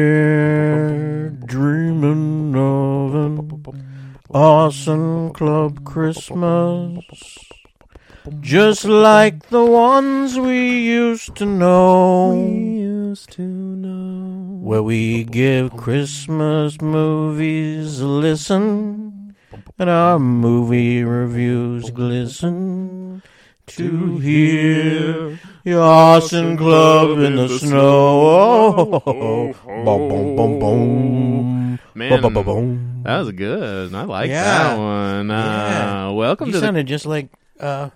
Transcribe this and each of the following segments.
We're dreaming of an awesome club Christmas, just like the ones we used to know, used to know. where we give Christmas movies a listen and our movie reviews glisten. To hear your awesome club in the snow. Oh, Boom, boom, boom, boom. Man, Boom, boom, boom. that was good. I like Yeah. that one. Uh, Yeah. Welcome You to sounded just like uh,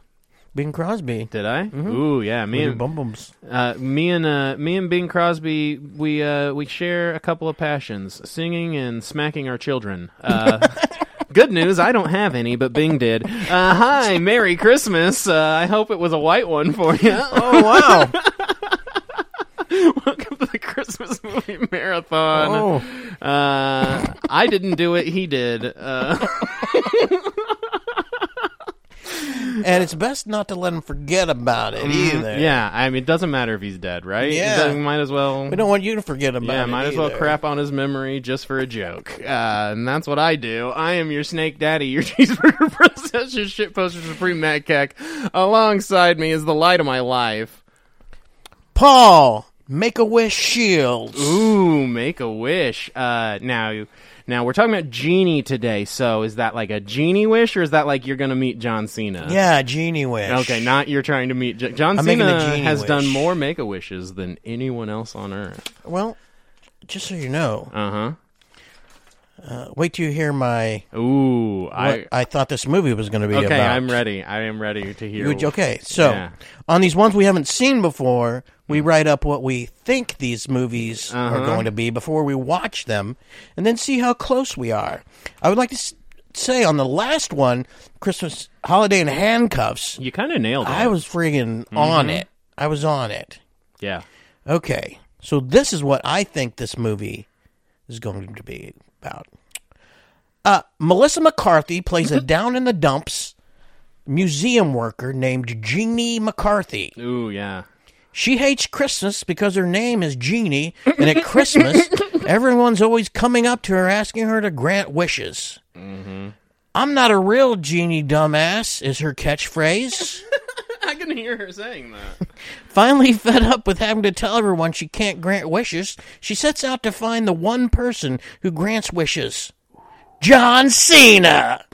Bing Crosby. the. Did I? Mm-hmm. Ooh, yeah. with Me your and bum bums. uh, me and uh, me and Bing Crosby, we uh, we share a couple of passions: singing and smacking our children. Uh, Good news, I don't have any, but Bing did. Uh, hi, Merry Christmas. Uh, I hope it was a white one for you. Oh wow! Welcome to the Christmas movie marathon. oh, Uh, I didn't do it. He did. Uh, and it's best not to let him forget about it either. Mm-hmm. yeah, I mean, it doesn't matter if he's dead, right? It Yeah. doesn't- might as well. we don't want you to forget about yeah, it. might as well either. crap on his memory just for a joke. Uh, and that's what I do. I am your snake daddy, your cheeseburger princess, your shit poster supreme Matt Keck. Alongside me is the light of my life. Paul, make a wish shields. Ooh, make a wish. Uh, now, now we're talking about genie today. So is that like a genie wish, or is that like you're gonna meet John Cena? Yeah, genie wish. Okay, not you're trying to meet J- John I'm making a Cena genie has wish. done more make a wishes than anyone else on earth. Well, just so you know, Uh uh, wait till you hear my. huh. Ooh, What I I, thought this movie was going to be okay. about. I'm ready. I am ready to hear. You- okay, so Yeah. on these ones we haven't seen before, we write up what we think these movies are going to be before we watch them, and then see how close we are. I would like to s- say on the last one, Christmas Holiday in Handcuffs, You kind of nailed it. I was friggin' on it. I was on it. yeah. Okay, so this is what I think this movie is going to be about. Uh, Melissa McCarthy plays a down in the dumps museum worker named Jeannie McCarthy. Ooh, yeah. She hates Christmas because her name is Jeannie, and at Christmas, everyone's always coming up to her asking her to grant wishes. I'm not a real Jeannie, dumbass, is her catchphrase. I can hear her saying that. Finally fed up with having to tell everyone she can't grant wishes, she sets out to find the one person who grants wishes. John Cena!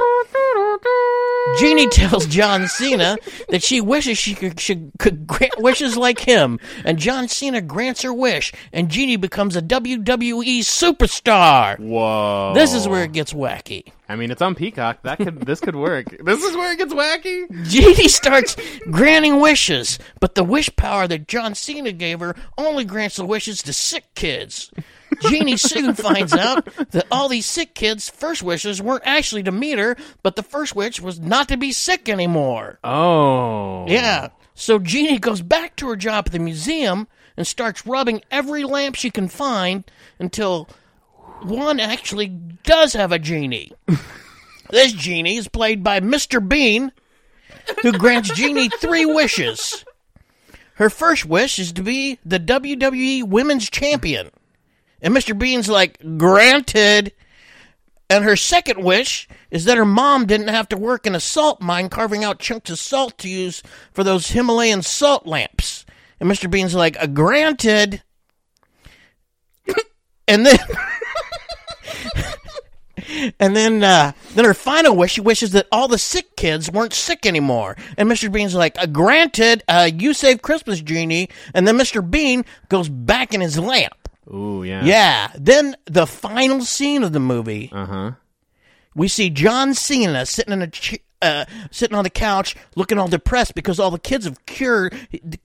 Jeannie tells John Cena that she wishes she could, she could grant wishes like him, and John Cena grants her wish, and Jeannie becomes a WWE superstar! Whoa. This is where it gets wacky. I mean, it's on Peacock. That could. this could work. This is where it gets wacky. Jeannie starts granting wishes, but the wish power that John Cena gave her only grants the wishes to sick kids. Jeannie soon finds out that all these sick kids' first wishes weren't actually to meet her, but the first wish was not to be sick anymore. Oh. Yeah. So Jeannie goes back to her job at the museum and starts rubbing every lamp she can find until one actually does have a genie. this genie is played by Mr. Bean, who grants Jeannie three wishes. Her first wish is to be the WWE Women's Champion. And Mr. Bean's like, granted. And her second wish is that her mom didn't have to work in a salt mine carving out chunks of salt to use for those Himalayan salt lamps. And Mr. Bean's like, "Uh, granted. and then. And then, uh, then her final wish, she wishes that all the sick kids weren't sick anymore. And Mr. Bean's like, uh, "Granted, uh, you saved Christmas, Genie." And then Mr. Bean goes back in his lamp. Ooh, yeah. Yeah. Then the final scene of the movie Uh huh. we see John Cena sitting in a ch- uh, sitting on the couch, looking all depressed because all the kids have cured,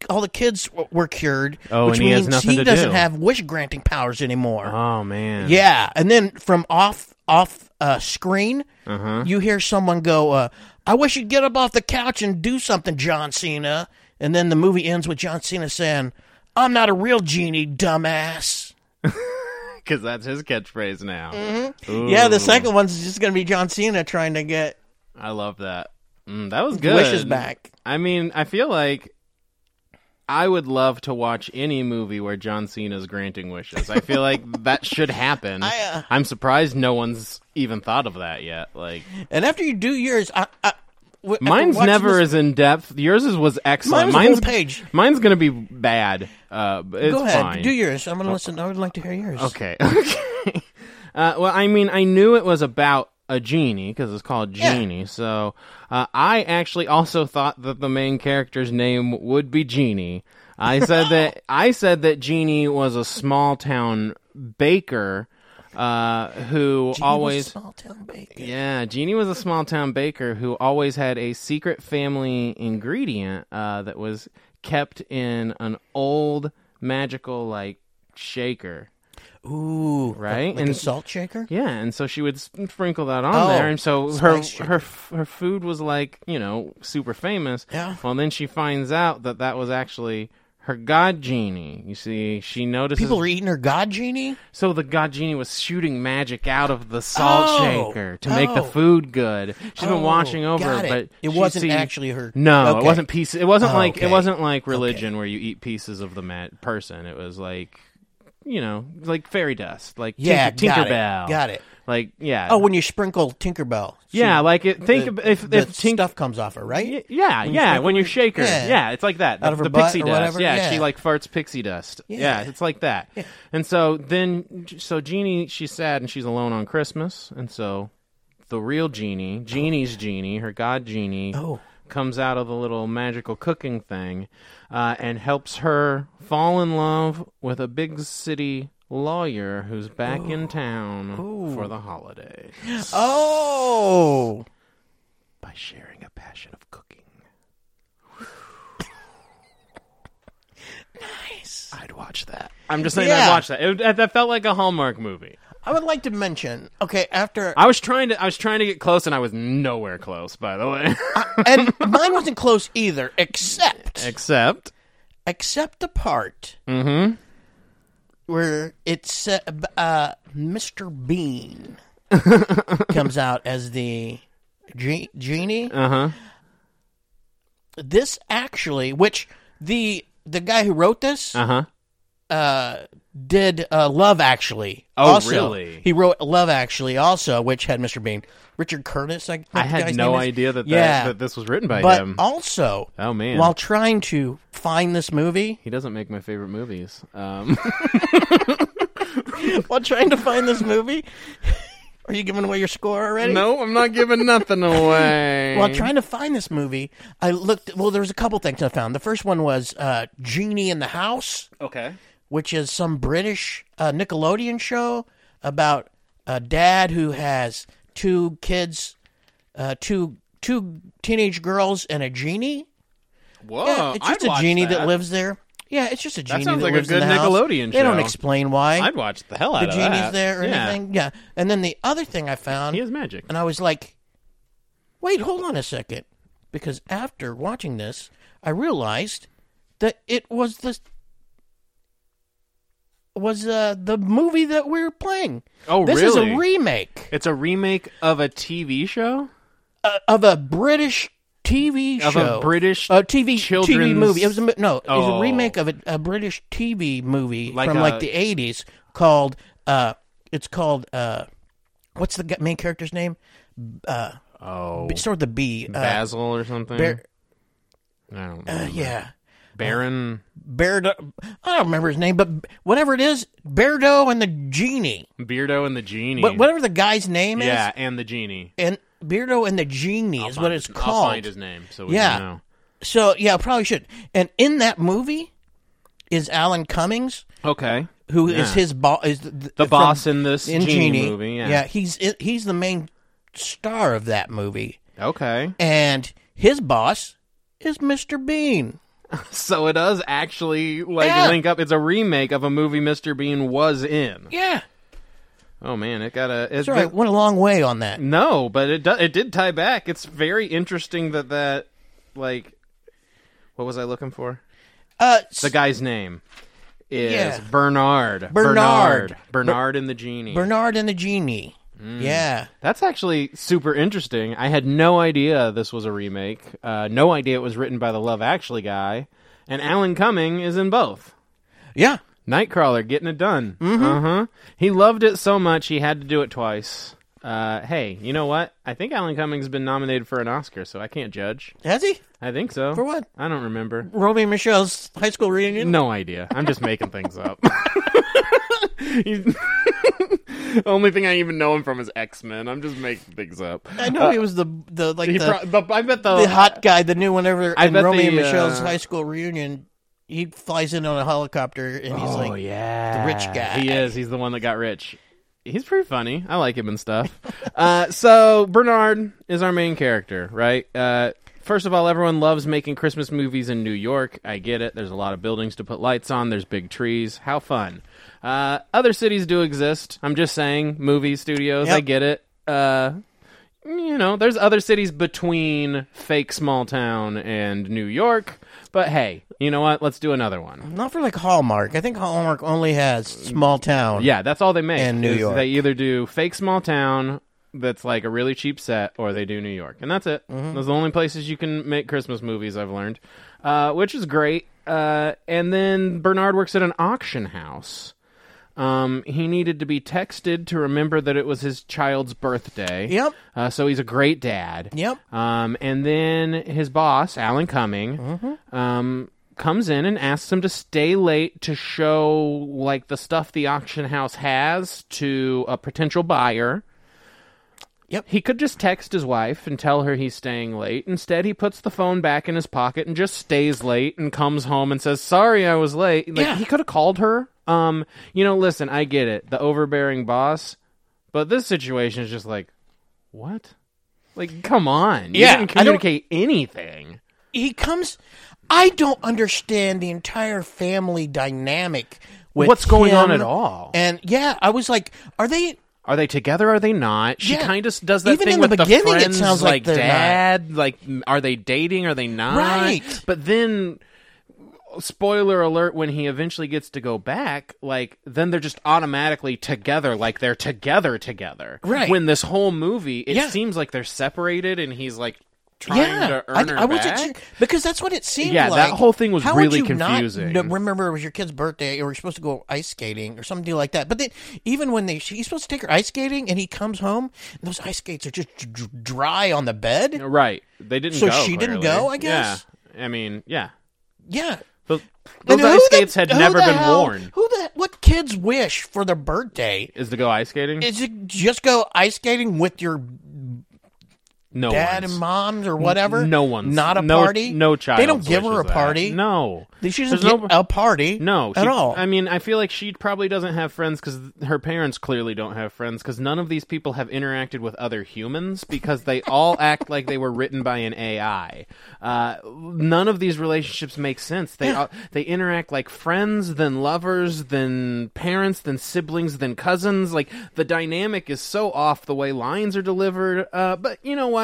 all the kids w- were cured, Oh, which and he has means nothing to doesn't do. have wish granting powers anymore. Oh man. Yeah, and then from off off uh, screen, Uh-huh. you hear someone go, uh, "I wish you'd get up off the couch and do something, John Cena." And then the movie ends with John Cena saying, "I'm not a real genie, dumbass." Because that's his catchphrase now. Mm-hmm. Ooh, Yeah, the second one's just going to be John Cena trying to get I love that. Mm, that was good. wishes back. I mean, I feel like I would love to watch any movie where John Cena's granting wishes. I feel like that should happen. I, uh, I'm surprised no one's even thought of that yet. Like And after you do yours, I, I, w- after mine's watching never this- as in depth. Yours is was excellent. Mine's a whole mine's page. Mine's gonna be bad. Uh, but it's Go ahead, fine. Oh. do yours. I'm gonna listen. I would like to hear yours. Okay. Okay. Uh, well, I mean, I knew it was about a genie because it's called Yeah. Genie. So uh, I actually also thought that the main character's name would be Genie. I said that I said that Genie was a small town baker uh, who always small town bacon. yeah, Jeannie was a small town baker who always had a secret family ingredient uh, that was kept in an old magical like shaker, Ooh, right? like and a salt shaker. yeah, and so she would sprinkle that on Oh, there, and so her spice her f- her food was like you know super famous. Yeah. Well, then she finds out that that was actually her god genie. You see, she notices People are eating her god genie. so the god genie was shooting magic out of the salt Oh. shaker to make the Oh. food good. She's Oh, been watching over, got it, it. but It she wasn't see- actually her- No, it Okay. wasn't pieces. It wasn't Oh, like okay. it wasn't like religion where you eat pieces of the ma- person. It was like you know, like fairy dust, like Yeah, Tinker, got it. Tinkerbell. Got it. Like yeah, Oh, when you sprinkle Tinkerbell. she- yeah, like it, think the, ab- if the if Tink- stuff comes off her, right? Y- Yeah, yeah. When you shake her, Yeah. yeah. it's like that. Out the, of her the butt pixie or dust. whatever, Yeah, yeah. she like farts pixie dust. Yeah, Yeah. it's like that. And so then, so Jeannie, she's sad and she's alone on Christmas, and so the real Jeannie, Jeannie's Jeannie, her god Jeannie, Oh. comes out of the little magical cooking thing, uh, and helps her fall in love with a big city lawyer who's back in town for the holiday Oh, by sharing a passion of cooking. nice. I'd watch that. I'm just saying Yeah. I'd watch that. It, that- that felt like a Hallmark movie. I would like to mention. Okay, after I was trying to I was trying to get close and I was nowhere close, by the way. and mine wasn't close either, except Except except the part Mm-hmm. where it's uh, b- uh, Mr. Bean comes out as the ge- genie. Uh-huh. This actually, which the the guy who wrote this Uh-huh. uh, did uh, Love Actually. Oh, also. really? He wrote Love Actually also, which had Mr. Bean, Richard Curtis. I, think I the had guy's no name is. idea that, Yeah. that that this was written by But him. also, oh man. while trying to find this movie, he doesn't make my favorite movies. Um, while trying to find this movie, are you giving away your score already? no, I'm not giving nothing away. While trying to find this movie, I looked. Well, there was a couple things I found. The first one was uh, Genie in the House, okay. which is some British uh, Nickelodeon show about a dad who has two kids, uh, two two teenage girls, and a genie. Whoa. Yeah, it's just Oh, I'd a watch genie that. lives there. Yeah, it's just a genie sounds that like a lives in good the house. Nickelodeon They don't show. explain why I'd watch the hell out the of genie's that. there or yeah. anything. Yeah. And then the other thing I found He has magic. and I was like, wait, hold on a second. Because after watching this, I realized that it was the was uh, the movie that we were playing. Oh, this is really? a remake It's a remake of a TV show? uh, of a British TV Of show. a British uh, TV TV children's- movie. It was a, mo- no, it was Oh. a remake of a, a British TV movie Like from like a- the eighties called. Uh, it's called. Uh, what's the gu- main character's name? Oh. It started with the B. Uh, Basil or something. Bear- I don't uh, know. yeah. Baron Beardo. I don't remember his name, but whatever it is, Beardo and the genie. Beardo and the Genie. But whatever the guy's name yeah, is, and the Genie and Beardo and the genie is what it's I'll called. find his name so we Yeah. can know. So yeah, I probably should. And in that movie is Alan Cummings, Okay. who is Yeah. his boss, is the, the The from- boss in this in Genie, Genie movie. Yeah. he's he's the main star of that movie, Okay. and his boss is Mr. Bean. So it does actually like Yeah. link up. It's a remake of a movie Mr. Bean was in. Yeah, Oh man, it got a it's sorry, I went a long way on that. No, but it do, it did tie back. It's very interesting that that like what was I looking for? Uh, The guy's name is Yeah. Bernard. Bernard. Bernard. Bernard and the Genie. Bernard and the genie. Mm. Yeah. That's actually super interesting. I had no idea this was a remake. Uh, no idea it was written by the Love Actually guy. and Alan Cumming is in both. Yeah. Nightcrawler getting it done. Mm-hmm. Uh huh. He loved it so much he had to do it twice. Uh, hey, you know what? I think Alan Cumming's been nominated for an Oscar, so I can't judge. Has he? I think so. For what? I don't remember. Romy and Michelle's high school reunion? No idea. I'm just making things up. He's- Only thing I even know him from is X Men. I'm just making things up. I know he was the the like He the, pro- but I bet the, the hot guy, the new one ever I in bet Romy and the, Michelle's uh, high school reunion. He flies in on a helicopter and he's oh like, yeah, the rich guy. He is. He's the one that got rich. He's pretty funny. I like him and stuff. uh, so Bernard is our main character, right? Uh, first of all, everyone loves making Christmas movies in New York. I get it. There's a lot of buildings to put lights on. There's big trees. How fun! Uh, other cities do exist. I'm just saying, movie studios. Yep. I get it. Uh, you know, there's other cities between fake small town and New York. But hey, you know what? Let's do another one. not for like Hallmark. I think Hallmark only has small town. Yeah, that's all they make. And New is York. They either do fake small town that's like a really cheap set, or they do New York, and that's it. Mm-hmm. Those are the only places you can make Christmas movies. I've learned, uh, which is great. Uh, and then Bernard works at an auction house. Um, he needed to be texted to remember that it was his child's birthday. Yep. Uh, so he's a great dad. Yep. Um, and then his boss, Alan Cumming, Mm-hmm. um, comes in and asks him to stay late to show like the stuff the auction house has to a potential buyer. Yep. He could just text his wife and tell her he's staying late. Instead, he puts the phone back in his pocket and just stays late and comes home and says, "Sorry, I was late." Like Yeah. he could have called her. Um, you know, listen, I get it, the overbearing boss, but this situation is just like, what? Like, come on. Yeah, You didn't I don't- communicate anything. He comes. I don't understand the entire family dynamic. With What's going on him. at all? And yeah, I was like, are they? Are they together? Are they not? She Yeah. kind of does that Even thing in the with beginning, it friends, sounds like like, they're not. dad. Like, m- are they dating? Are they not? Right. But then, spoiler alert: when he eventually gets to go back, like then they're just automatically together. Like they're together together. Right. When this whole movie, it Yeah. seems like they're separated, and he's like trying Yeah, to earn I, her I back. wasn't sure- because that's what it seemed Yeah, like. that whole thing was How really would you not confusing. kn- remember, it was your kid's birthday, or you're supposed to go ice skating or something like that. But then, even when they, she's supposed to take her ice skating, and he comes home, and those ice skates are just d- d- dry on the bed. Right. They didn't So go. she didn't clearly. go, I guess? Yeah. I mean, yeah. Yeah, Those, And those who ice the- skates had who never the been hell- worn. Who the what kids wish for their birthday Is to go ice skating? is to just go ice skating with your no dad one's. and moms or whatever. No one's. not a no, party. No child. They don't give her a wishes that. party. No. she There's doesn't no. get a party. no, she, at all. I mean, I feel like she probably doesn't have friends because her parents clearly don't have friends because none of these people have interacted with other humans because they all act like they were written by an AI. Uh, none of these relationships make sense. They all, they interact like friends, then lovers, then parents, then siblings, then cousins. Like the dynamic is so off the way lines are delivered. Uh, but you know what?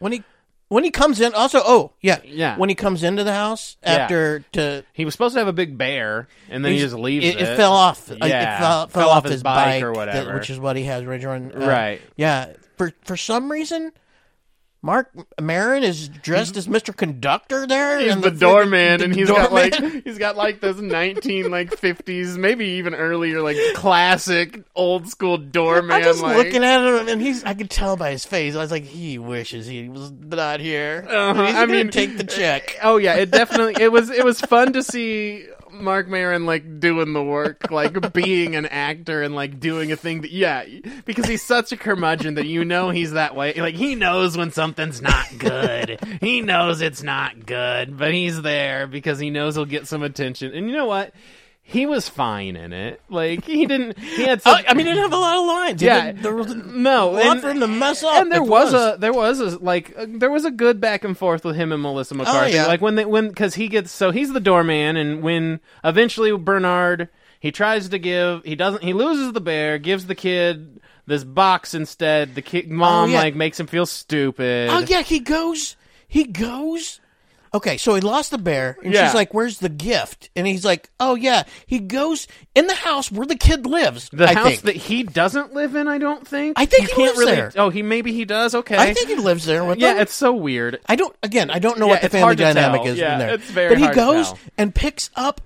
when he when he comes in, also, oh yeah, Yeah. When he comes into the house after to. He was supposed to have a big bear, and then he he's- just leaves it. It, fell off. Uh, Yeah, It fell, fell off his bike, or that- whatever. which is what he has right on. uh, Right. Yeah. For for some reason, Mark Marin is dressed as Mr. Conductor there. he's and the, freaking- doorman, and the he's got doorman. like he's got like those nineteen like fifties, maybe even earlier, like classic old school doorman. I'm just like, looking at him, and he's—I could tell by his face. I was like, he wishes he was not here. Uh-huh, He's I gonna mean- take the check. Oh yeah, it definitely it was it was fun to see Mark Maron like doing the work, like being an actor and like doing a thing that yeah, because he's such a curmudgeon that you know he's that way. Like he knows when something's not good. he knows it's not good, but he's there because he knows he'll get some attention. And you know what? He was fine in it. Like he didn't he had some I, I mean, it didn't have a lot of lines. It Oh, yeah, didn't- there was no, a lot and- for him to mess up. and there Oh, It was, a there was a like uh, there was a good back and forth with him and Melissa McCarthy. Oh, yeah. Like when they when because he gets so he's the doorman, and when eventually Bernard he tries to give he doesn't he loses the bear, gives the kid this box instead. The kid mom Oh, yeah. like makes him feel stupid. Oh yeah, he goes. He goes okay, so he lost the bear, and Yeah. she's like, "Where's the gift?" And he's like, "Oh yeah." He goes in the house where the kid lives. The I house think. that he doesn't live in, I don't think. I think you he can't lives really. there. Oh, he maybe he does. Okay. I think he lives there with yeah, them. it's so weird. I don't. Again, I don't know Yeah, what the it's hard family to dynamic tell. is Yeah, in there. it's very but he hard to goes tell. and picks up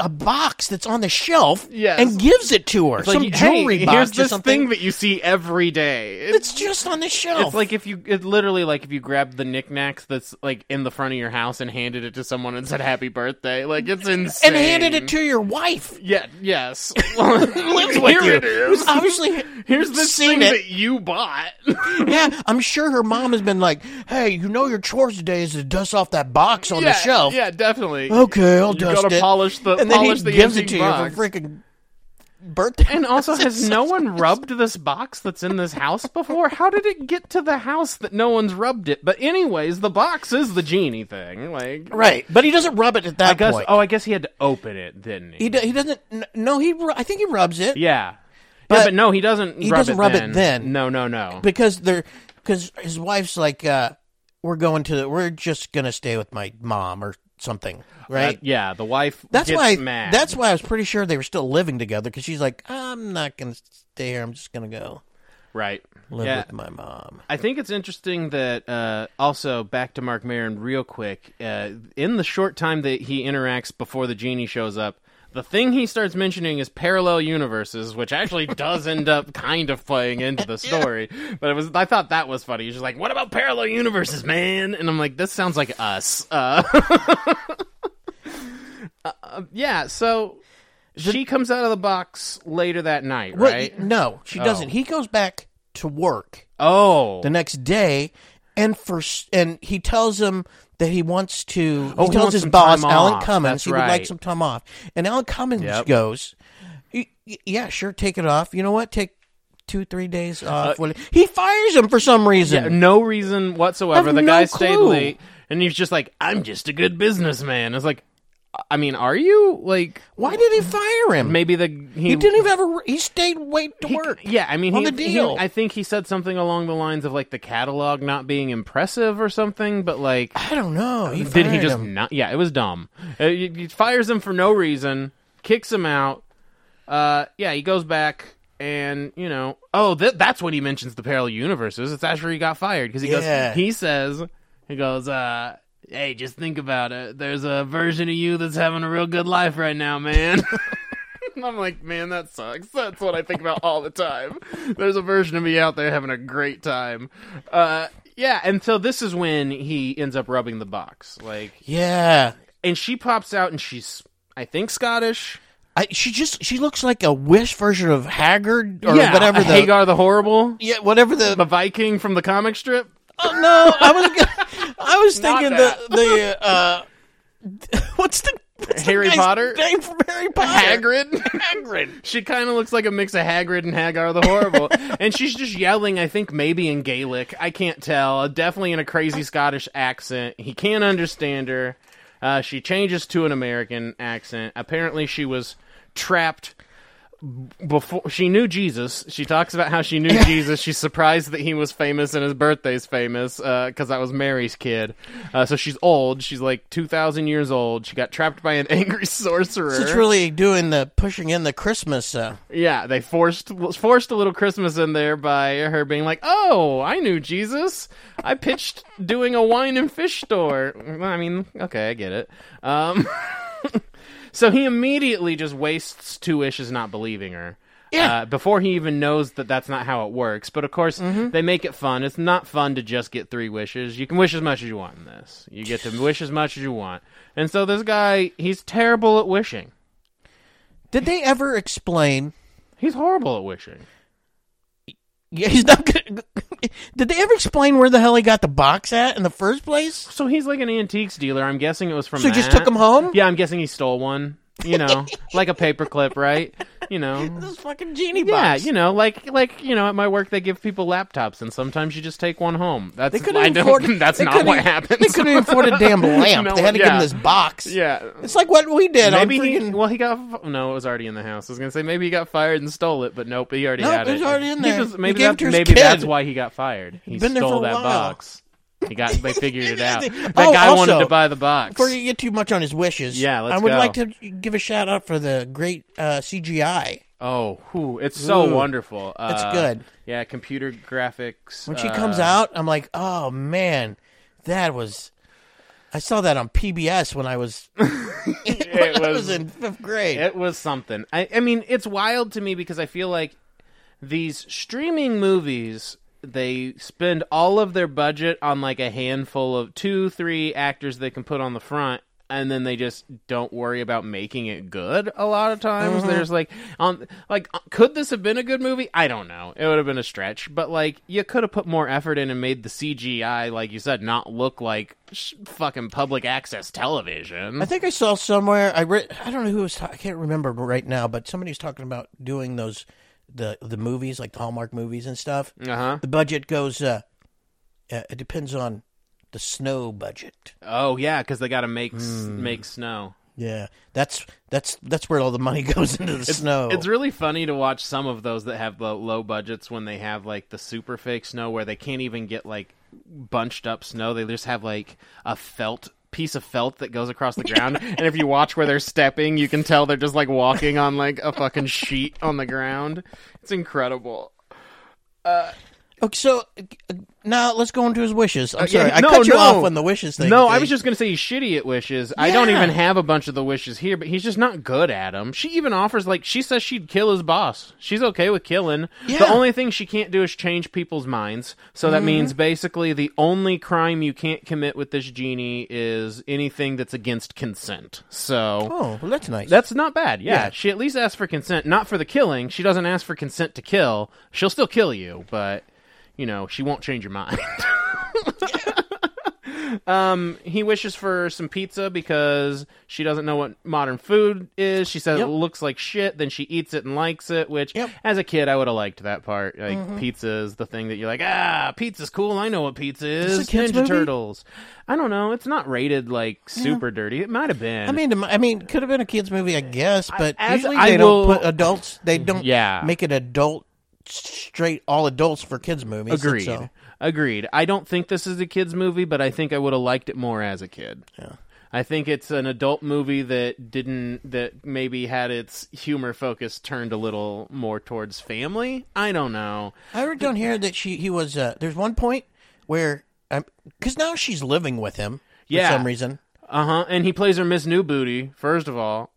a box that's on the shelf Yes. and gives it to her. It's Some like, jewelry hey, box here's or this something. thing that you see every day. It's, it's just on the shelf. it's like if you, it literally like if you grabbed the knickknacks that's like in the front of your house and handed it to someone and said happy birthday. Like it's insane. and handed it to your wife. Yeah. Yes. with Lives Here you. it is. Obviously, Here's this seen thing it. that you bought. yeah, I'm sure her mom has been like, "Hey, you know your chores today is to dust off that box on yeah, the shelf." Yeah, definitely. Okay, I'll You dust gotta it. polish the and then polish he the gives it empty to you box. for freaking birthday. And also, has no one rubbed this box that's in this house before? How did it get to the house that no one's rubbed it? But anyways, the box is the genie thing. Like, right, but he doesn't rub it at that I guess. point. Oh, I guess he had to open it, didn't he? He, do, he doesn't. n- No, he. ru- I think he rubs it yeah. yeah, But but no, he doesn't. he rub doesn't it rub it then. then. No, no, no. because they're because his wife's like, uh, "We're going to. We're just gonna stay with my mom or something." Right. Uh, yeah, the wife. That's gets why. Mad. That's why I was pretty sure they were still living together because she's like, "I'm not gonna stay here. I'm just gonna go right. live yeah, with my mom." I think it's interesting that uh, also back to Mark Maron real quick. Uh, in the short time that he interacts before the genie shows up, the thing he starts mentioning is parallel universes, which actually does end up kind of playing into the story. But it was I thought that was funny. He's just like, "What about parallel universes, man?" And I'm like, "This sounds like us." Uh, uh, yeah. So she comes out of the box later that night, Well, right? No, she doesn't. He goes back to work Oh, the next day, and for s- and he tells him that he wants to. Oh, he he tells wants his some boss time Alan off. Cummins That's he would like right. some time off, and Alan Cummins Yep. goes, "Y- y- "Yeah, sure, take it off. You know what? Take two, three days off." Well, he fires him for some reason. Uh, Yeah, no reason whatsoever. Have The no guy stayed clue. late, and he's just like, "I'm just a good businessman." It's like, I mean, are you like Why did he fire him? maybe the he, He didn't even have a. He stayed wait to he- work. Yeah, I mean, on he, the he- deal. I think he said something along the lines of like the catalog not being impressive or something, but like. I don't know. He Did he fired just him. not? Yeah, it was dumb. Uh, he, he fires him for no reason, kicks him out. Uh, yeah, he goes back and you know, oh, th- that's when he mentions the parallel universes. It's after he got fired because he Yeah. goes, he says, he goes, uh. Hey, just think about it. There's a version of you that's having a real good life right now, man. And I'm like, man, that sucks. That's what I think about all the time. There's a version of me out there having a great time. Uh, yeah, and so this is when he ends up rubbing the box. Like, Yeah, and she pops out, and she's, I think, Scottish. I, she just she looks like a wish version of Haggard or yeah, whatever the Hagar the Horrible, yeah whatever the the Viking from the comic strip. oh, no I was gonna- I was Not thinking the that. the uh, what's the what's the Harry guy's Potter? name from Harry Potter Hagrid. Hagrid She kind of looks like a mix of Hagrid and Hagar the Horrible. and she's just yelling, I think maybe in Gaelic. I can't tell. Definitely in a crazy Scottish accent. He can't understand her. Uh, she changes to an American accent. Apparently, she was trapped b- before she knew Jesus. She talks about how she knew Jesus. She's surprised that he was famous and his birthday's famous because that was Mary's kid. Uh, so she's old. She's like 2,000 years old. She got trapped by an angry sorcerer. it's really doing the pushing in the Christmas uh, Yeah, they forced forced a little Christmas in there by her being like, "Oh, I knew Jesus. I pitched doing a wine and fish store." I mean, okay, I get it. Um, so he immediately just wastes two wishes not believing her. Yeah. Uh, before he even knows that that's not how it works, but of course they make it fun. It's not fun to just get three wishes. You can wish as much as you want in this. You get to wish as much as you want, and so this guy he's terrible at wishing. did they ever explain He's horrible at wishing. yeah he's not gonna, did they ever explain where the hell he got the box at in the first place So he's like an antiques dealer. I'm guessing it was from. So he just that. took 'em home? Yeah, I'm guessing he stole one. You know, like a paperclip, right? You know. this fucking genie Yeah, box you know, like like you know, at my work they give people laptops, and sometimes you just take one home. That's They couldn't I don't- afford- That's they not couldn't- what happens. they couldn't even afford a damn lamp No, they had to give him yeah. this box yeah. It's like what we did. Maybe on he, freaking, well he got f- no it was already in the house. I was gonna say maybe he got fired and stole it, but nope, he already Nope, had it it. was already in there. He He just, maybe gave it that's to his maybe that's kid. why he got fired. He Been there stole for a that while. box. He got they figured it out. That Oh, guy wanted also, to buy the box. Before you get too much on his wishes, Yeah, let's I would go. like to give a shout out for the great uh, CGI. Oh, whew, it's so Ooh, wonderful. Uh, that's good. Yeah, computer graphics. uh, When she comes out, I'm like, oh man, that was. I saw that on PBS when I was when I was- was in fifth grade. It was something. I, I mean, it's wild to me because I feel like these streaming movies, they spend all of their budget on like a handful of two, three actors they can put on the front. And then they just don't worry about making it good. A lot of times, there's like, um, like, uh, could this have been a good movie? I don't know. It would have been a stretch, but like, you could have put more effort in and made the CGI, like you said, not look like sh- fucking public access television. I think I saw somewhere. I read. I don't know who was. Ta- I can't remember right now, but somebody was talking about doing those the the movies like the Hallmark movies and stuff. Uh huh. The budget goes. Uh, uh, it depends on the snow budget. Oh yeah, because they got to make s make snow. Yeah, that's that's that's where all the money goes into the snow. It's really funny to watch some of those that have low, low budgets when they have like the super fake snow where they can't even get like bunched up snow. They just have like a felt piece of felt that goes across the ground, and if you watch where they're stepping, you can tell they're just like walking on like a fucking sheet on the ground. It's incredible. okay, so uh, now let's go into his wishes. I'm sorry, Uh, yeah, I no, cut you no. off on the wishes thing. No, I Jake. was just gonna say he's shitty at wishes. I don't Yeah. even have a bunch of the wishes here, but he's just not good at them. She even offers like she says she'd kill his boss. She's okay with killing. The Yeah. Mm-hmm. only thing she can't do is change people's minds. So that means basically the only crime you can't commit with this genie is anything that's against consent. So Oh, well, that's nice. that's not bad. Yeah. Yeah. She at least asks for consent, not for the killing. She doesn't ask for consent to kill. She'll still kill you, but you know, she won't change your mind. um, he wishes for some pizza because she doesn't know what modern food is. She says Yep. it looks like shit, then she eats it and likes it, which Yep. Mm-hmm. as a kid I would have liked that part. Like pizza is the thing that you're like, "Ah, pizza's cool. I know what pizza a is." kid's Ninja movie? Turtles. I don't know. It's not rated like super dirty. It might have been. I mean, I mean, could have been a kids movie, I guess, but as usually I they will- don't put adults. They don't Yeah. make it adult straight all adults for kids movies. and Agreed. So, Agreed. I don't think this is a kids movie, but I think I would have liked it more as a kid. Yeah. I think it's an adult movie that didn't that maybe had its humor focus turned a little more towards family. I don't know. I read down here that she he was. Uh, there's one point where because now she's living with him Yeah. for some reason. Uh huh. And he plays her Miss New Booty first of all.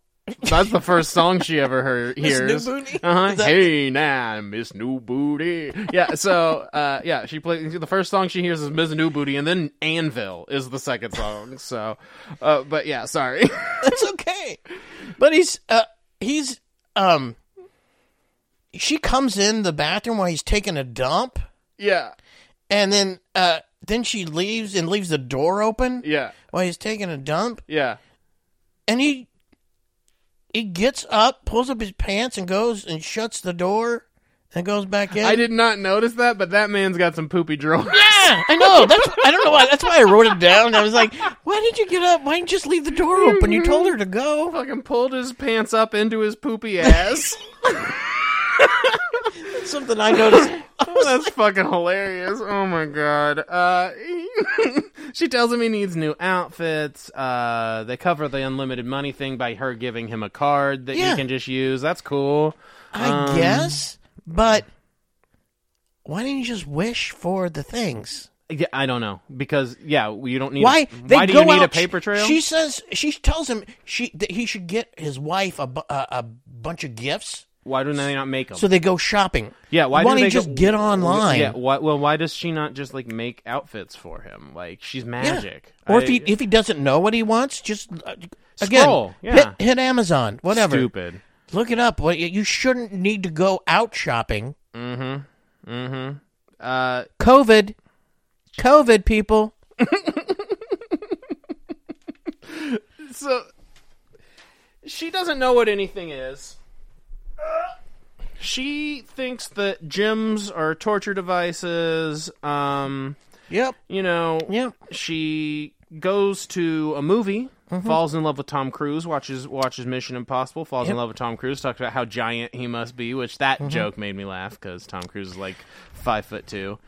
That's the first song she ever heard. New hears. Booty? Uh huh. Is that- Hey now, Miss New Booty. Yeah. So, uh, yeah, she plays the first song she hears is Miss New Booty, and then Anvil is the second song. So, uh, but yeah, sorry. That's okay. But he's uh, he's um. She comes in the bathroom while he's taking a dump, Yeah, and then uh, then she leaves and leaves the door open yeah, while he's taking a dump. yeah. and he he gets up, pulls up his pants, and goes and shuts the door and goes back in. I did not notice that, but that man's got some poopy drawers. Yeah, I know. That's I don't know why. That's why I wrote it down. I was like, why did you get up? Why didn't you just leave the door open? You told her to go. Fucking pulled his pants up into his poopy ass. That's something I noticed. That's fucking hilarious. Oh my god. Uh, she tells him he needs new outfits. Uh, they cover the unlimited money thing by her giving him a card that Yeah. he can just use. That's cool. I Um, guess, but why didn't you just wish for the things? Yeah, I don't know because yeah, you don't need. Why they why do go you need out, a paper trail? She says she tells him she that he should get his wife a, bu- a, a bunch of gifts. why do they not make them? So they go shopping. Yeah, why don't do you they go- just get online? Yeah, why, well, why does she not just like make outfits for him? Like she's Yeah. magic. Or I- if he if he doesn't know what he wants, just uh, again Scroll, yeah. hit, hit Amazon, whatever. stupid. Look it up. Well, you- You shouldn't need to go out shopping. Mm-hmm, Uh, COVID, COVID people. so she doesn't know what anything is. She thinks that gyms are torture devices. Um, Yep. you know, Yeah. she goes to a movie, falls in love with Tom Cruise, watches watches Mission Impossible, falls in love with Tom Cruise, talks about how giant he must be, which that joke made me laugh because Tom Cruise is like five foot two,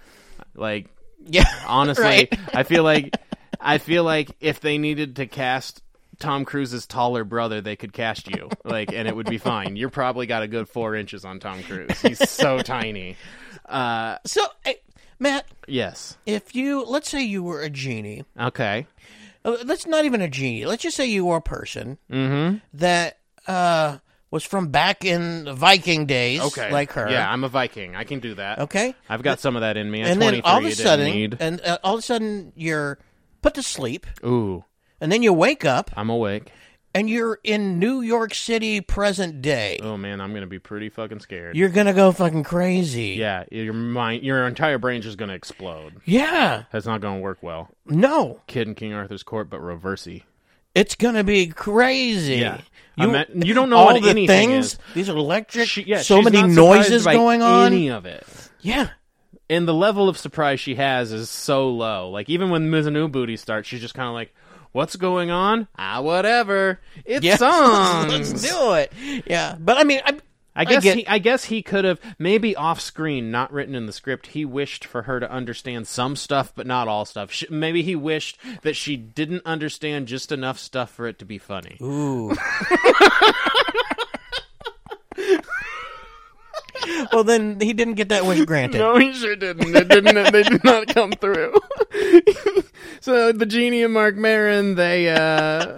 like Yeah. Honestly, Right. I feel like I feel like if they needed to cast Tom Cruise's taller brother, they could cast you, like, and it would be fine. You're probably got a good four inches on Tom Cruise. He's so tiny. Uh, So, eh, Matt, yes. if you let's say you were a genie, Okay. uh, let's not even a genie. Let's just say you were a person Mm-hmm. that uh, was from back in the Viking days, Okay. like her. Yeah, I'm a Viking. I can do that. Okay. I've got some of that in me. At And then 23, all of you a didn't sudden, need- and uh, all of a sudden, you're put to sleep, ooh, and then you wake up, I'm awake. and you're in New York City, present day. Oh man, I'm gonna be pretty fucking scared. You're gonna go fucking crazy. yeah, your mind, your entire brain's just gonna explode. Yeah. That's not gonna work well. No, Kid in King Arthur's court, but reversey. it's gonna be crazy. you, You, you don't know all what the anything things. is. These are electric. She- yeah, so she's many not noises surprised by going on. Any of it. Yeah. And the level of surprise she has is so low. Like even when Mizuno Booty starts, she's just kind of like, "What's going on? Ah, whatever. It's Yeah. Let's songs. do it. Yeah. But I mean, I, I guess get- he, I guess he could have maybe off screen, not written in the script. He wished for her to understand some stuff, but not all stuff. Sh maybe he wished that she didn't understand just enough stuff for it to be funny. Ooh. well, then he didn't get that wish granted. No, he sure didn't. It didn't. they did not come through. so the genie and Mark Maron, they uh,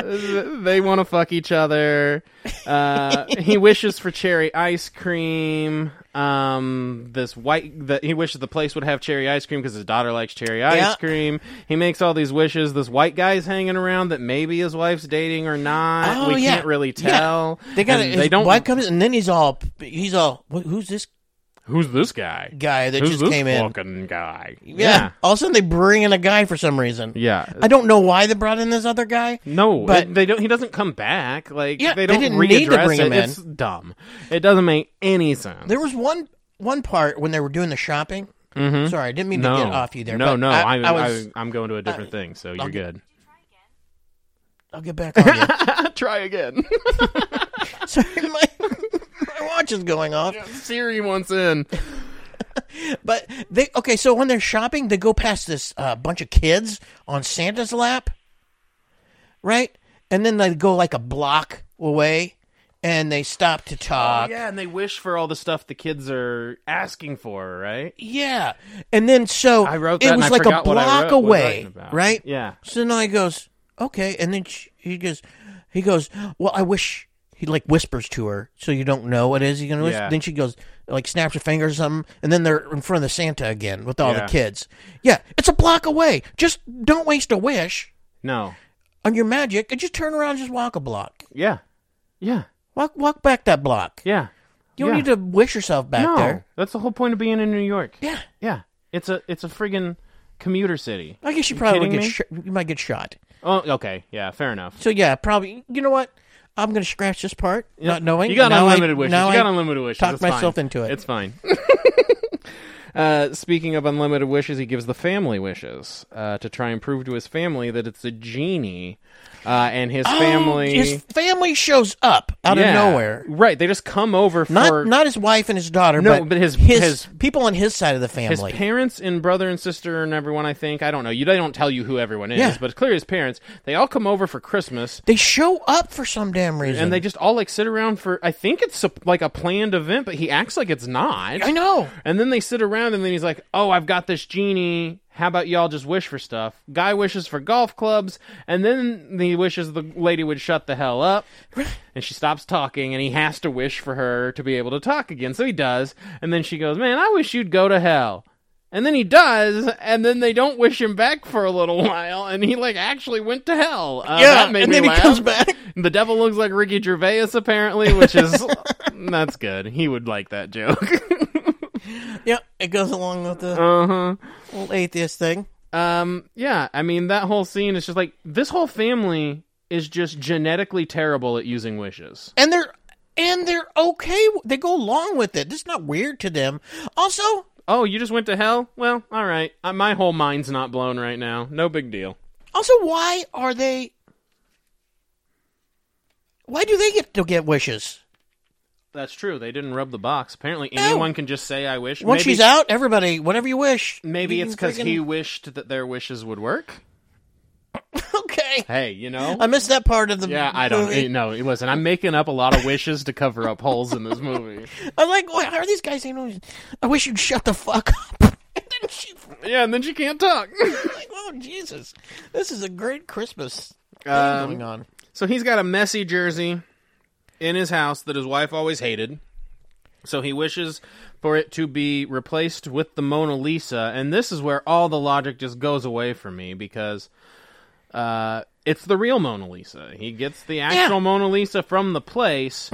they want to fuck each other. Uh, he wishes for cherry ice cream. Um, this white that he wishes the place would have cherry ice cream because his daughter likes cherry ice Yeah. cream. He makes all these wishes. This white guy's hanging around that maybe his wife's dating or not. Oh, we yeah. can't really Yeah. tell. They got And it. They don't. Why comes and then he's all he's all "Wh- who's this Who's this guy? guy that Who's just this came in? fucking guy? Yeah. All of a sududden they bring in a guy for some reason. Yeah. I don't know why they brought in this other guy. No, But- it- they don't. He doesn't come back. Like Yeah, they they don't didn't readdress need to bring it. him in. It's dumb. It doesn't make any sense. There was one one part when they were doing the shopping. Mm-hmm. Sorry, I didn't mean no, to get off you there. No, but no. I, I, I was. am going to a different thing. So you're good. I, will get back on you. Try again. Sorry, my, my watch is going off. Siri wants in. But they okay. So when they're shopping, they go past this uh, bunch of kids on Santa's lap, right? And then they go like a block away, and they stop to talk. Oh, Yeah, and they wish for all the stuff the kids are asking for. Right. Yeah. And then so I wrote that. it and was I like a forgot what I block wrote- was writing away, about. right? Yeah. So now he goes, okay, and then she, he goes, he goes, well, I wish he like whispers to her, so you don't know what it is he's gonna whisper. Yeah. Then she goes, like snaps her finger or something, and then they're in front of the Santa again with all Yeah. the kids. Yeah, it's a block away. Just don't waste a wish No. on your magic, and just turn around, and just walk a block, Yeah. Yeah. walk walk back that block. Yeah. You don't Yeah. need to wish yourself back no. there. That's the whole point of being in New York. Yeah, Yeah. It's a it's a friggin' commuter city. I guess you probably would kidding get me? sh- you might get shot. Oh, okay. Yeah, fair enough. So yeah, probably. You know what? I'm gonna scratch this part, not Uh, knowing. You got Now I- unlimited wishes. now You got I unlimited wishes. talked It's fine. myself into it. It's fine. uh, speaking of unlimited wishes, he gives the family wishes uh, to try and prove to his family that it's a genie, uh, and his family. His family shows up Oh, out Yeah. of nowhere. Right. They just come over Not for not his wife and his daughter. No, but, but his- his his- people on his side of the his family. parents and brother and sister and everyone. I think I don't know. You they don't tell you who everyone is, Yeah. but it's clear his parents. They all come over for Christmas. they show up for some damn reason. And they just all like sit around for. I think it's a, like a planned event, but he acts like it's not. I know. And then they sit around, and then he's like, "Oh, I've got this genie. How about y'all just wish for stuff?" Guy wishes for golf clubs, and then he wishes the lady would shut the hell up, and she stops talking, and he has to wish for her to be able to talk again. So he does, and then she goes, "Man, I wish you'd go to hell." And then he does, and then they don't wish him back for a little while, and he like actually went to hell. Uh, yeah, that made and me then laugh. he comes back. The devil looks like Ricky Gervais, apparently, which is that's good. He would like that joke. yeah, it goes along with the uh huh. old atheist thing. Um. Yeah. I mean, that whole scene is just like this whole family is just genetically terrible at using wishes. and they're and they're okay. They go along with it. This is not weird to them. Also, Oh, you just went to hell. Well, all right. Uh, my whole mind's not blown right now. No big deal. also, why are they? Why do they get to get wishes? That's true. They didn't rub the box. Apparently, anyone can just say "I wish." Once maybe, she's out, everybody, whatever you wish. maybe you it's can because he wished that their wishes would work. friggin- Okay. Hey, you know. I missed that part of the yeah, I don't movie. know. Listen, I'm making up a lot of wishes to cover up holes in this movie. I'm like, wait, how are these guys saying? "Oh, I wish you'd shut the fuck up. and then she, Yeah, and then she can't talk. like, oh Jesus, this is a great Christmas thing Um, going on. So he's got a messy jersey in his house that his wife always hated. So he wishes for it to be replaced with the Mona Lisa, and this is where all the logic just goes away for me because uh, it's the real Mona Lisa. He gets the actual Mona Lisa from the place,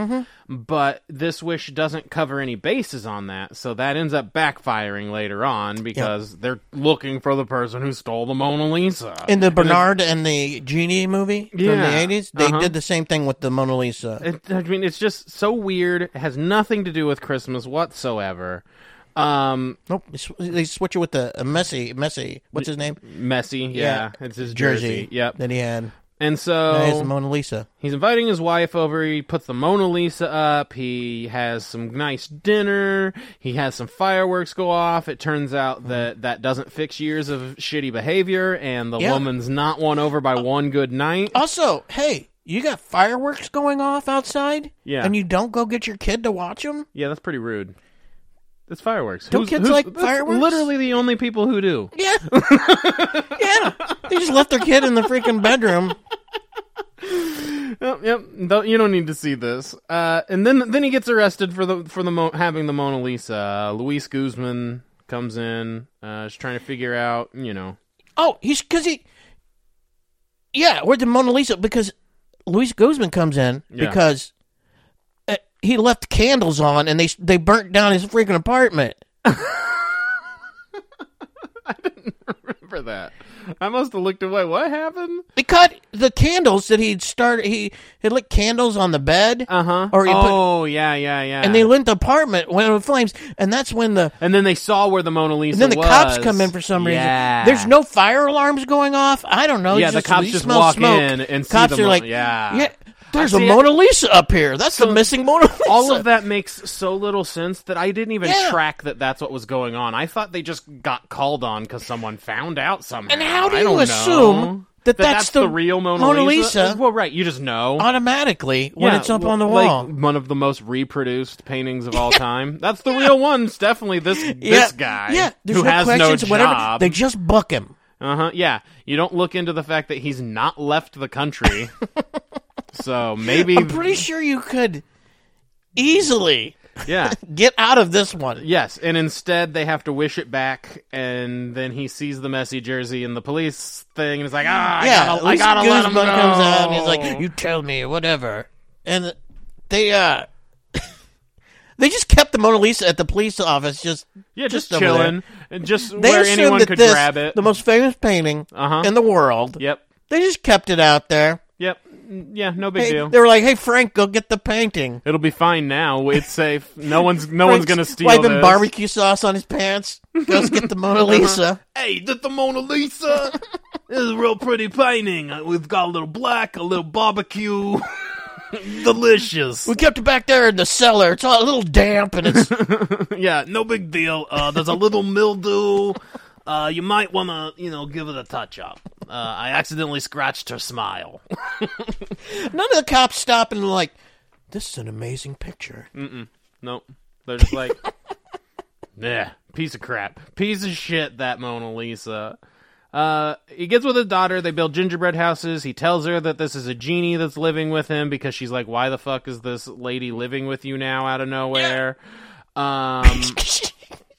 but this wish doesn't cover any bases on that, so that ends up backfiring later on because they're looking for the person who stole the Mona Lisa. In the Bernard and the Genie movie from Yeah, the eighties, they uh-huh. did the same thing with the Mona Lisa. It, I mean, it's just so weird. It has nothing to do with Christmas whatsoever. Um, nope, they sw- they switch it with the uh, Messi. Messi, what's his name? messy. Yeah, it's his jersey. Jersey. Yep. That he had. And That is the so Mona Lisa. he's inviting his wife over. He puts the Mona Lisa up. He has some nice dinner. He has some fireworks go off. It turns Mm-hmm. out that that doesn't fix years of shitty behavior, and the Yeah. woman's not won over by one good night. Also, hey, you got fireworks going off outside? Yeah. And you don't go get your kid to watch them? Yeah, that's pretty rude. It's fireworks. Don't kids like that's fireworks? Literally the only people who do. Yeah. yeah. They just left their kid in the freaking bedroom. Yep, yep. Don't, you don't need to see this. Uh, and then then he gets arrested for the for the mo- having the Mona Lisa. Uh, Luis Guzman comes in. Uh, is trying to figure out. You know. Oh, he's because he. Yeah, where's the Mona Lisa? Because Luis Guzman comes in Yeah. because uh, he left candles on and they they burnt down his freaking apartment. Remember that? I must have looked away. What happened? They cut the candles that he'd started. He had lit candles on the bed, Uh huh. Or he put- Oh yeah, yeah, yeah. and they lit the apartment when with flames. And that's when the and then they saw where the Mona Lisa. and then the was. cops come in for some Yeah. reason. There's no fire alarms going off. I don't know. Yeah, the cops you just smell walk smoke. in and see cops the are Mo- like, yeah. there's I a see it. Mona Lisa up here. That's the missing Mona Lisa. All of that makes so little sense that I didn't even Yeah. track that that's what was going on. I thought they just got called on because someone found out somehow. And how do I you don't assume know. that that's, that's the, the real Mona, Mona Lisa? Well, right, you just know. automatically when Yeah, it's up well, on the like, wall. one of the most reproduced paintings of all time. That's the real one. It's definitely this this guy. Yeah, there's who no has questions. no whatever. job. They just book him. Uh huh. Yeah, you don't look into the fact that he's not left the country. so maybe, I'm pretty sure you could easily yeah. get out of this one. Yes, and instead they have to wish it back, and then he sees the messy jersey and the police thing, and it's like, ah, I yeah, gotta, I Lisa gotta let him Guzman know. comes out and he's like, "You tell me, whatever." And they uh, they just kept the Mona Lisa at the police office. Just yeah, just, just over chilling, and just they where assumed anyone that could this, grab it. the most famous painting Uh-huh. in the world. yep, They just kept it out there. yep, Mm, yeah, no big Hey, deal. they were like, "Hey, Frank, go get the painting." It'll be fine now. It's safe. No one's, no one's Frank's gonna steal Wiping this. Uh-huh. barbecue sauce on his pants. Goes get the Mona Lisa. Hey, that the Mona Lisa. this is a real pretty painting. We've got a little black, a little barbecue. Delicious. We kept it back there in the cellar. It's all a little damp and it's Yeah, no big deal. Uh, there's a little mildew. Uh, you might want to, you know, give it a touch up. Uh, I accidentally scratched her smile. none of the cops stop and like, this is an amazing picture. Nope. They're just like, yeah, piece of crap. Piece of shit, that Mona Lisa. Uh, he gets with his daughter. They build gingerbread houses. He tells her that this is a genie that's living with him because she's like, why the fuck is this lady living with you now out of nowhere? Um,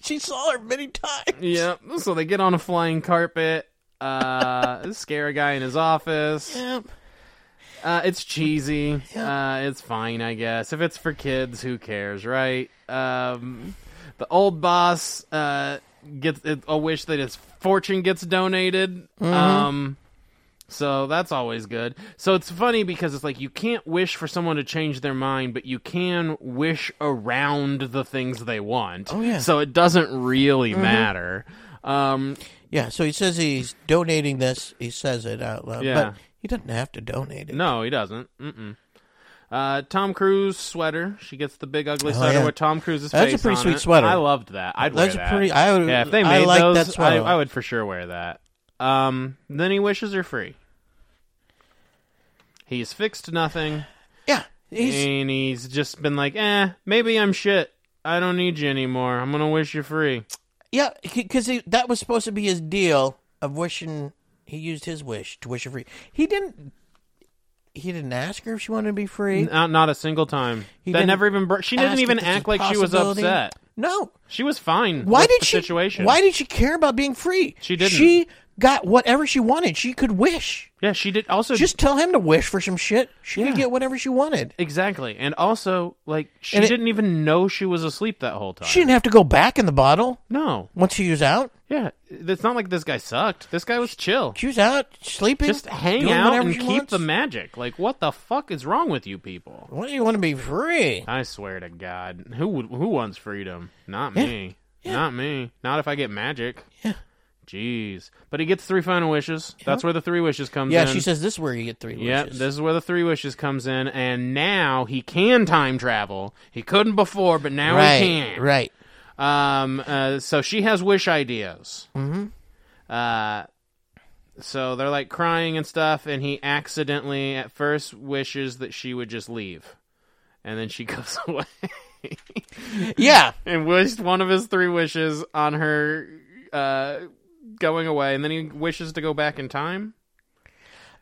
she saw her many times. yeah, so they get on a flying carpet. Uh, scare a guy in his office. Yeah. Uh, it's cheesy. Uh, it's fine, I guess. If it's for kids, who cares, right? Um, the old boss uh, gets it- a wish that his fortune gets donated. Mm-hmm. Um, so that's always good. So it's funny because it's like you can't wish for someone to change their mind, but you can wish around the things they want. Oh, yeah. Mm-hmm. So it doesn't really matter. Um, Yeah, so he says he's donating this. He says it out loud. Yeah. But he doesn't have to donate it. No, he doesn't. Mm-mm. Uh, Tom Cruise sweater. She gets the big ugly Oh, sweater yeah. with Tom Cruise's That's a face pretty on sweet it. sweater. I loved that. I'd That's wear a that. pretty. I would. yeah, if they I made like those, that I, sweater. I would for sure wear that. Um, then he wishes her free. He's fixed nothing, Yeah, he's and he's just been like, "Eh, maybe I'm shit. I don't need you anymore. I'm gonna wish you free." yeah because that was supposed to be his deal of wishing. He used his wish to wish her free. He didn't. He didn't ask her if she wanted to be free. Not, not a single time. He that didn't never even. Br- she didn't Ask even if this act was like she was possibility. upset. No. She was fine. Why with did the she? situation? Why did she care about being free? She didn't. She got whatever she wanted. She could wish. Yeah, she did. Also, Just tell him to wish for some shit. She Yeah. could get whatever she wanted. Exactly. And also, like, she And it- didn't even know she was asleep that whole time. She didn't have to go back in the bottle no. once she was out. Yeah. It's not like this guy sucked. This guy was chill. She was out sleeping. Just hang doing out whatever and she keep wants. the magic. Like, what the fuck is wrong with you people? Why do you want to be free? I swear to God. Who would- who wants freedom? Not me. Not me. Not if I get magic. Yeah. Jeez. But he gets three final wishes. That's where the three wishes comes Yeah, in. she says this is where you get three Yep, wishes. this is where the three wishes comes in, and now he can time travel. He couldn't before, but now right, he can. right. Um, uh, so she has wish ideas. Mm-hmm. Uh, so they're like crying and stuff, and he accidentally at first wishes that she would just leave, and then she goes away Yeah, and wished one of his three wishes on her uh, going away, and then he wishes to go back in time.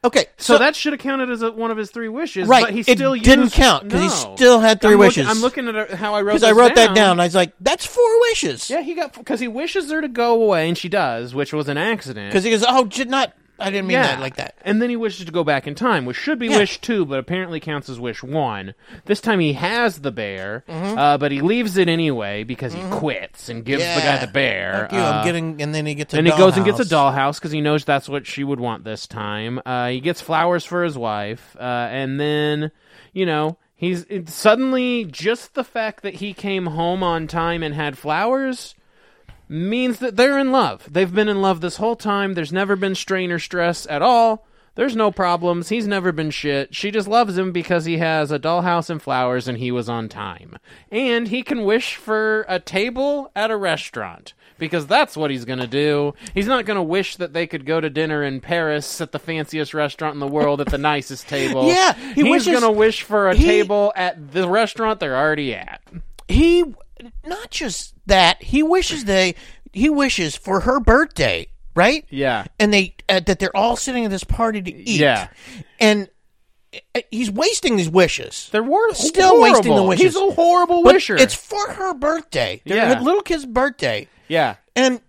okay. So, So, that should have counted as a, one of his three wishes, right, But he it still didn't used- count because he No. still had three I'm wishes. Looking, I'm looking at how I wrote because I this wrote that down. I was like, that's four wishes. Yeah, he got because he wishes her to go away, and she does, which was an accident. Because he goes, oh, did not. I didn't mean yeah, that like that. And then he wishes to go back in time, which should be Yeah. wish two, but apparently counts as wish one. This time he has the bear, Mm-hmm. uh, but he leaves it anyway because he quits and gives the guy Yeah. the bear. Fuck you, I'm Uh, getting, and then he gets. A and he goes and gets a dollhouse. dollhouse because he knows that's what she would want this time. Uh, he gets flowers for his wife, uh, and then you know he's it, suddenly just the fact that he came home on time and had flowers means that they're in love. They've been in love this whole time. There's never been strain or stress at all. There's no problems. He's never been shit. She just loves him because he has a dollhouse and flowers and he was on time. And he can wish for a table at a restaurant because that's what he's going to do. He's not going to wish that they could go to dinner in Paris at the fanciest restaurant in the world at the nicest table. Yeah, he he's wishes- going to wish for a he- table at the restaurant they're already at. he not just that he wishes they he wishes for her birthday right Yeah. and they uh, that they're all sitting at this party to eat Yeah. and uh, he's wasting these wishes They're wor- Still horrible. wasting the wishes. He's a horrible But wisher. it's for her birthday They're Yeah. her little kid's birthday yeah. and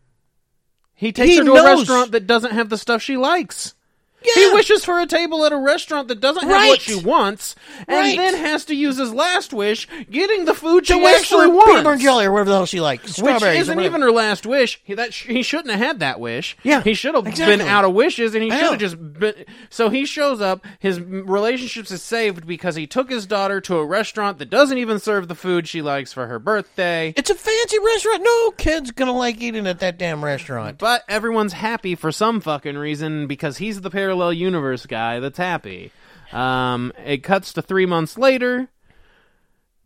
He takes He her to a knows- restaurant that doesn't have the stuff she likes. yeah He wishes for a table at a restaurant that doesn't have what Right. she wants, and Right. then has to use his last wish, getting the food she to wish actually for peanut butter wants. and jelly or whatever the hell she likes Which strawberries or isn't whatever. even her last wish. He, that sh- he shouldn't have had that wish. Yeah, he should have been exactly. out of wishes, and he I should have know. just been. So he shows up. His m- relationships is saved because he took his daughter to a restaurant that doesn't even serve the food she likes for her birthday. it's a fancy restaurant no kid's gonna like eating at that damn restaurant But everyone's happy for some fucking reason because he's the parallel universe guy that's happy. Um, it cuts to three months later.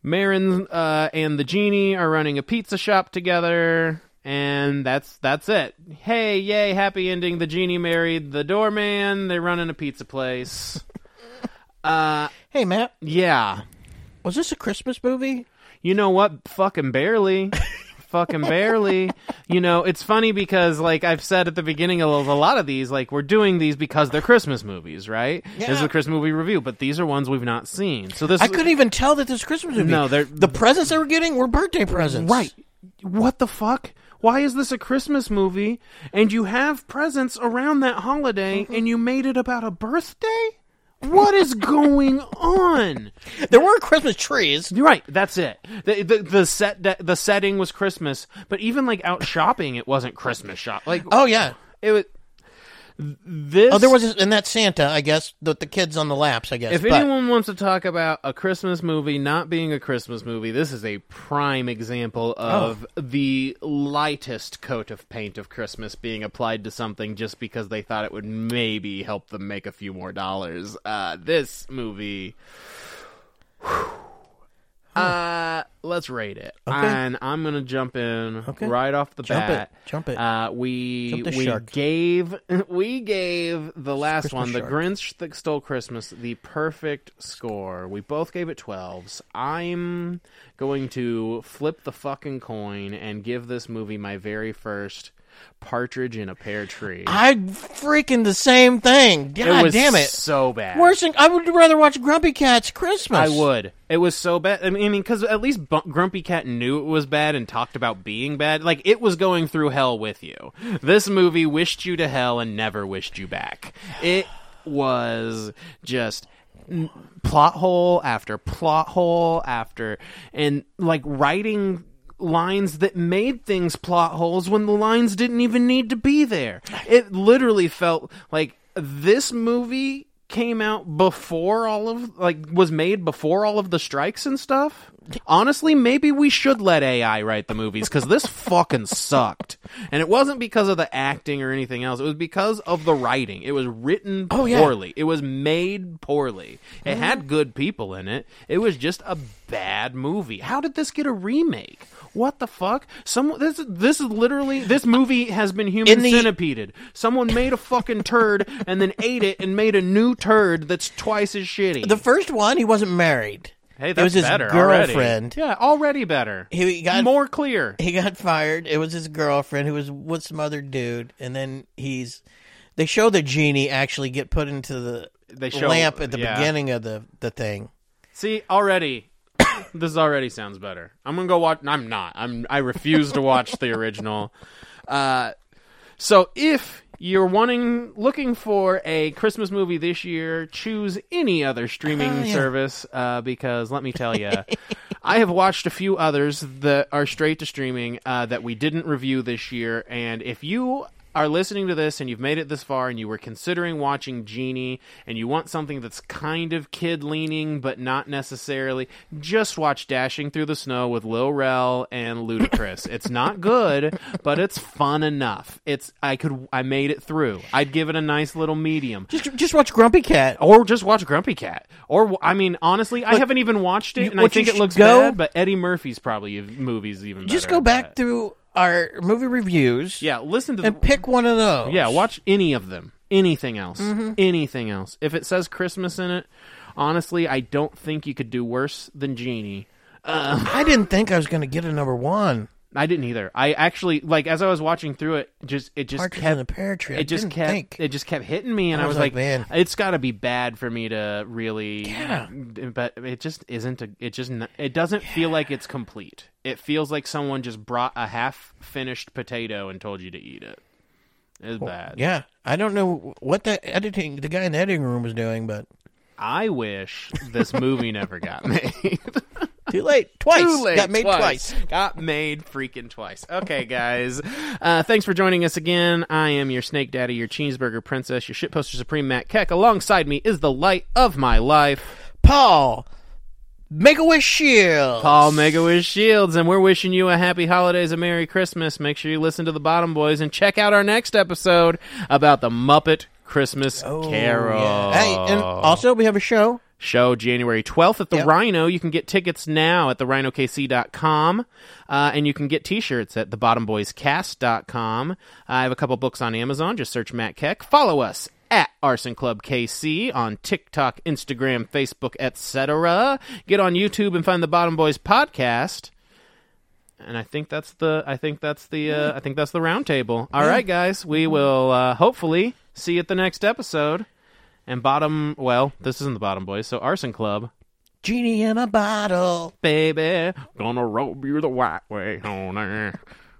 Marin uh, and the genie are running a pizza shop together, and that's that's it. Hey, yay, happy ending. The genie married the doorman. They're running a pizza place. uh, hey matt yeah. was this a christmas movie You know what? Fucking barely. Fucking barely. You know, it's funny because, like I've said at the beginning of a lot of these, like we're doing these because they're Christmas movies, right? This is Yeah. a Christmas movie review, but these are ones we've not seen. So this I couldn't even tell that this Christmas movie. No, they're- the presents they were getting were birthday presents. Right. What the fuck? Why is this a Christmas movie and you have presents around that holiday and you made it about a birthday? What is going on? There were Christmas trees. You're right. That's it. The the, the set the, the setting was Christmas, but even like out shopping, it wasn't Christmas shop. Like Oh yeah. it was this. Oh, there was, this- and that's Santa, I guess. The, the kids on the laps, I guess. If but anyone wants to talk about a Christmas movie not being a Christmas movie, this is a prime example of Oh. the lightest coat of paint of Christmas being applied to something just because they thought it would maybe help them make a few more dollars. Uh, this movie Uh, let's rate it. Okay. And I'm gonna jump in Okay. right off the Jump it. bat. Jump it. Uh, we Jump the we shark. gave we gave the last Christmas one, the shark. Grinch that stole Christmas, the perfect score. We both gave it twelves. I'm going to flip the fucking coin and give this movie my very first partridge in a pear tree. I freaking the same thing. God it was Ah, damn it. so bad. Worse than I would rather watch Grumpy Cat's Christmas. I would. It was so bad. I mean, because at least Bu- Grumpy Cat knew it was bad and talked about being bad. Like it was going through hell with you. This movie wished you to hell and never wished you back. It was just n- plot hole after plot hole after, and like writing lines that made things plot holes when the lines didn't even need to be there. It literally felt like this movie came out before all of like was made before all of the strikes and stuff. Honestly, maybe we should let AI write the movies cuz this fucking sucked. And it wasn't because of the acting or anything else. It was because of the writing. It was written Oh, yeah. poorly. It was made poorly. It had good people in it. It was just a bad movie. How did this get a remake? What the fuck? Some this this is literally this movie has been human In the- centipeded. Someone made a fucking turd and then ate it and made a new turd that's twice as shitty. The first one, he wasn't married. hey, It that's was his better already. girlfriend. Yeah, already better. He got More clear. he got fired. It was his girlfriend who was with some other dude, and then he's. They show the genie actually get put into the They show- lamp at the yeah. beginning of the the thing. See, already this already sounds better. I'm gonna go watch. I'm not. I'm. I refuse to watch the original. Uh, so if you're wanting, looking for a Christmas movie this year, choose any other streaming Oh, service uh, because let me tell you, I have watched a few others that are straight to streaming uh, that we didn't review this year, and if you are listening to this and you've made it this far and you were considering watching Genie and you want something that's kind of kid leaning but not necessarily, just watch Dashing Through the Snow with Lil Rel and Ludacris. it's not good, but it's fun enough. It's I could I made it through. I'd give it a nice little medium. Just just watch Grumpy Cat. Or just watch Grumpy Cat. Or I mean, honestly, I haven't even watched it, and I what you think it should looks go- bad. But Eddie Murphy's probably uh, movies even. Just better, go back but- through our movie reviews yeah, listen to the, and pick one of those. yeah, watch any of them. Anything else. Mm-hmm. Anything else. If it says Christmas in it, honestly, I don't think you could do worse than Genie. I didn't think I was going to get a number one. I didn't either. I actually like as I was watching through it, just it just Partridge kept in a Pear Tree. I it just didn't kept think. it just kept hitting me and I, was, like, man. it's got to be bad for me to really Yeah. but it just isn't a, it just n- it doesn't feel like it's complete. It feels like someone just brought a half finished potato and told you to eat it. It's bad. Yeah, I don't know what that editing the guy in the editing room was doing, but I wish this movie never got made. too late. Twice Too late. got made twice. Got made freaking twice. Okay, guys. Uh, thanks for joining us again. I am your snake daddy, your cheeseburger princess, your shitposter supreme, Matt Keck. Alongside me is the light of my life, Paul, make a wish shield. Paul Mega with Shields, and we're wishing you a happy holidays, a Merry Christmas. Make sure you listen to the Bottom Boys and check out our next episode about the Muppet Christmas Carol. Oh, Yeah. Hey, and also we have a show. show January 12th at the Yep. Rhino. You can get tickets now at therhinokc.com. Uh, and you can get t shirts at thebottomboyscast.com. I have a couple books on Amazon. Just search Matt Keck. Follow us at Arson Club KC on TikTok, Instagram, Facebook, etc. Get on YouTube and find the Bottom Boys podcast. And I think that's the I think that's the uh, I think that's the roundtable. All right, guys, we will uh, hopefully see you at the next episode. And bottom, well, this isn't the bottom boys. So arson club, Genie in a bottle. baby, gonna robe you the white way, honey.